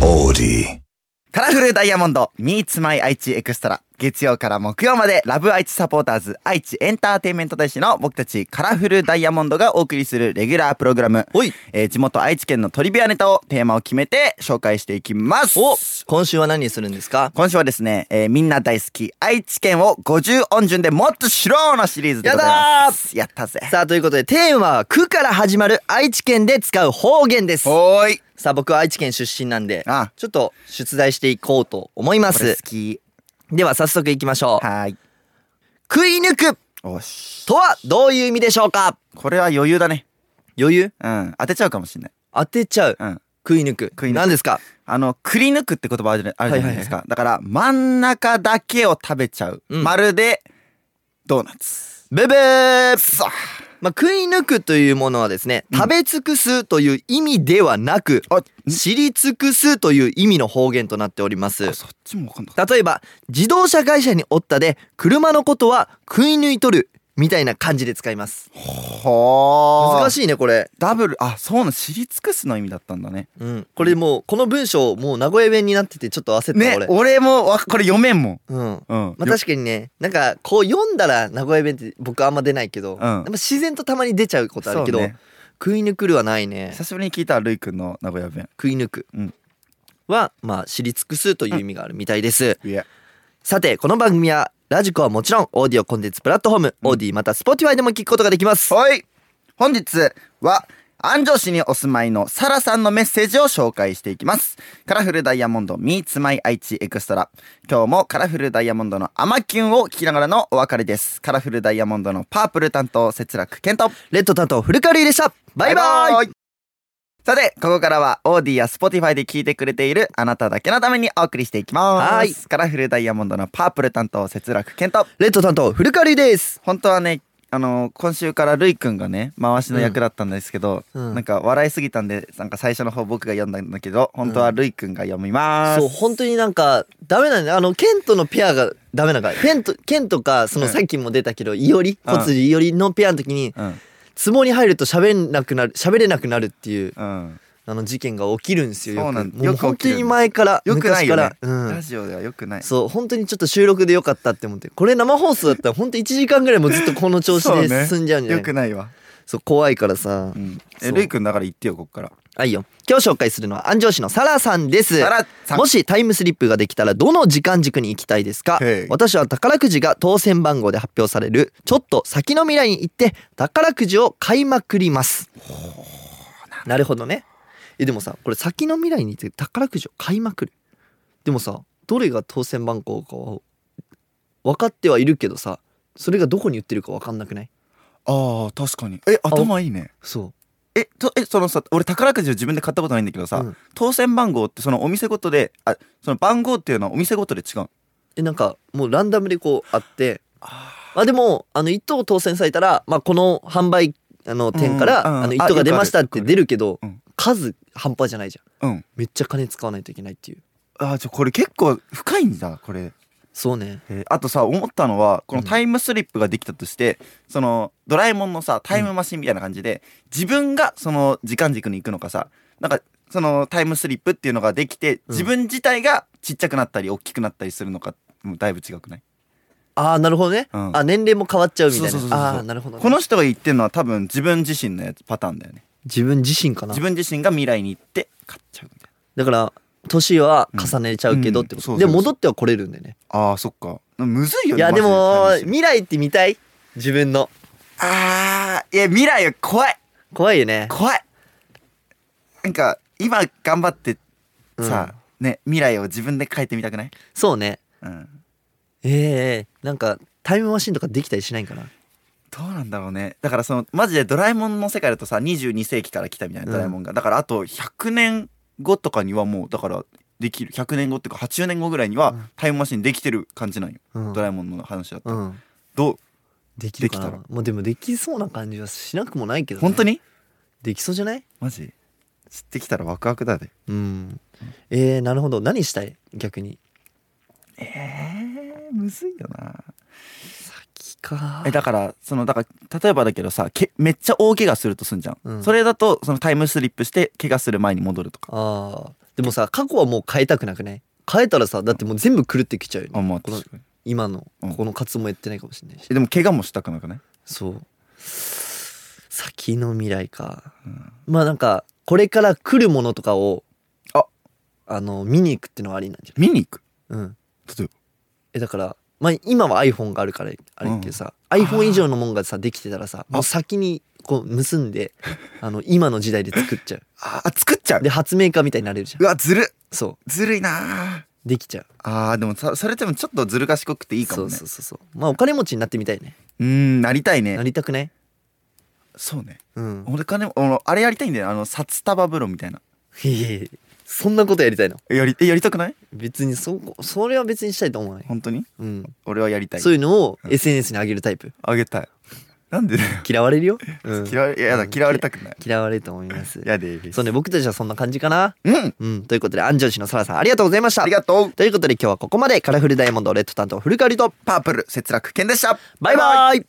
City. カラフルダイヤモンド Meets My 愛知エクストラ月曜から木曜までラブ愛知サポーターズ愛知エンターテインメント大使の僕たちカラフルダイヤモンドがお送りするレギュラープログラムおいえー地元愛知県のトリビアネタをテーマを決めて紹介していきますお今週は何するんですか今週はですね、えーみんな大好き愛知県を50音順でもっと知ろうのシリーズでございますやったぜさあということでテーマは「く」から始まる愛知県で使う方言ですおーいさあ僕は愛知県出身なんであちょっと出題していこうと思いまこれす好きでは早速いきましょうはーい食い抜くおしとはどういう意味でしょうかこれは余裕だね余裕うん当てちゃうかもしれない当てちゃう、うん食い抜く食い抜く何ですかあの、くり抜くって言葉あるじゃあるじゃないですか。だから、真ん中だけを食べちゃう。うんまるで、ドーナツ。ブブーさまあ、食い抜くというものはですね、食べ尽くすという意味ではなく、あ、知り尽くすという意味の方言となっておりますあ。そっちもわかんなかっ例えば、自動車会社におったで、車のことは食い抜いとるみたいな感じで使います。た。は難しい。しいね、これ。ダブル、あ、そうなの、知り尽くすの意味だったんだね。うん。これもう、この文章、もう名古屋弁になっててちょっと焦った、ね、俺。俺もわ、これ読めんもん。うん。うん。まあ、確かにね、なんかこう読んだら名古屋弁って僕あんま出ないけど、んやっぱ自然とたまに出ちゃうことあるけど、そうね食い抜くるはないね。久しぶりに聞いた、るいくんの名古屋弁。食い抜くうんは、まあ、知り尽くすという意味があるみたいです。いや。さて、この番組は、ラジコはもちろん、オーディオコンテンツプラットフォーム、オーディまた、スポティファイでも聞くことができます。はい。本日は、安城市にお住まいのサラさんのメッセージを紹介していきます。カラフルダイヤモンド Meets My 愛知エクストラ。今日もカラフルダイヤモンドのアマキュンを聞きながらのお別れです。カラフルダイヤモンドのパープル担当、節楽健と。レッド担当、古川瑠衣でした。バイバイイさて、ここからは、オーディやスポティファイで聞いてくれているあなただけのためにお送りしていきます。はいカラフルダイヤモンドのパープル担当、節楽健と。レッド担当、古川瑠衣です。本当はねあの今週からるいくんがね回しの役だったんですけど、うんうんなんか笑いすぎたんでなんか最初の方僕が読んだんだけど本当はるいくんが読みます、そう、本当になんか、ダメなんだよ。あの、ケンとのペアがダメなんか、ペンと、ケンとか、その、うんさっきも出たけど、いおり、うん小辻いおりのペアの時に、うん壺に入ると喋んなくなる、喋れなくなるっていう、うんあの、事件が起きるんですよ。よそうくなんもよくう起きる本当に前から、よくないよね昔、からうんラジオではよくないそう本当にちょっと収録でよかったって思ってこれ生放送だったら本当1時間ぐらいもうずっとこの調子そうで進んじゃうんじゃなよいくないわ、そう怖いからさ、うん、そえうるいくんだから言ってよこっからあいいよ今日紹介するのは安城市のサラさんですサラさんもしタイムスリップができたらどの時間軸に行きたいですかへい私は宝くじが当選番号で発表されるちょっと先の未来に行って宝くじを買いまくりますなるほどねえでもさこれ先の未来に行って宝くじを買いまくるでもさどれが当選番号かは分かってはいるけどさそれがどこに売ってるか分かんなくないあー確かにえ頭いいねそうえとえそのさ俺宝くじを自分で買ったことないんだけどさ、うん当選番号ってそのお店ごとであその番号っていうのはお店ごとで違うえなんかもうランダムでこうあってあまあでもあの1等当選されたら、まあ、この販売あのう点かんうんらあの1等が出ましたって出るけどうん数半端じゃないじゃん、うんめっちゃ金使わないといけないっていうあーじゃあこれ結構深いんだこれそうねえーあとさ思ったのはこのうんタイムスリップができたとして、そのドラえもんのさタイムマシンみたいな感じで、自分がその時間軸に行くのかさなんかそのタイムスリップっていうのができて自分自体がちっちゃくなったり大きくなったりするのかもうだいぶ違くない、ああなるほどね、うんあ年齢も変わっちゃうみたいそうそうそうなそうああーなるほど、ね、この人が言ってるのは多分自分自身のやつパターンだよね自分自身かな自分自身が未来に行って買っちゃうみたいだから年は重ねちゃうけどってこと、うんうんでそうそうそう戻っては来れるんでねなあーそっかむずいよいねやマジでもタイムスリップ未来って見たい自分のあーいや未来は怖い怖いよね怖いなんか今頑張ってさ、ね未来を自分で変えてみたくない、そうねうん、ええなんかタイムマシンとかできたりしないんかなどうなんだろうねだからそのマジでドラえもんの世界だとさ22世紀から来たみたいなドラえもんが、だからあと100年後とかにはもうだからできる100年後っていうか80年後ぐらいにうはんタイムマシンできてる感じなんよ、うんドラえもんの話だと、うんどうできるかなできたもうでもできそうな感じはしなくもないけど、ね、本当にできそうじゃないマジ知ってきたらワクワクだねうんえー、なるほど何したい逆にえー、むずいよな先かえだからそのだから例えばだけどさけめっちゃ大怪我するとすんじゃん、うんそれだとそのタイムスリップして怪我する前に戻るとかあーでもさ過去はもう変えたくなくない変えたらさだってもう全部狂ってきちゃうよねあまあこの確かに今のうんここの活動もやってないかもしれないしえでも怪我もしたくなくないそう先の未来か、まあなんかこれから来るものとかをああの見に行くってのはありなんじ見に行くゃないうん例ええだからまあ今は iPhone があるからあれやけどさ、iPhone 以上のもんがさできてたらさもう先にこう結んであの今の時代で作っちゃうばあ作っちゃう で発明家みたいになれるじゃんうわずる そずるいなうできちゃうあーでもそそれでもちょっとずる賢くていいかもねそうそうそうそうまあお金持ちになってみたいねうーんなりたいなねりたくないそうねうん 俺金も俺あれやりたいんだよあの札束風呂みたいないやいやいやそんなことやりたいのやりえやりたくない別にそこそれは別にしたいと思わない、本当にうん、俺はやりたいそういうのを SNS に上げるタイプあげたいなんでだよ 嫌われるよ、うん、嫌われいやだうん嫌われたくない嫌われると思いますやでですそうね僕たちはそんな感じかなうんうんということで安城市のそらさんありがとうございましたありがとうということで今日はここまでカラフルダイヤモンドレッド担当古川りとパープル節楽健でしたバイバイ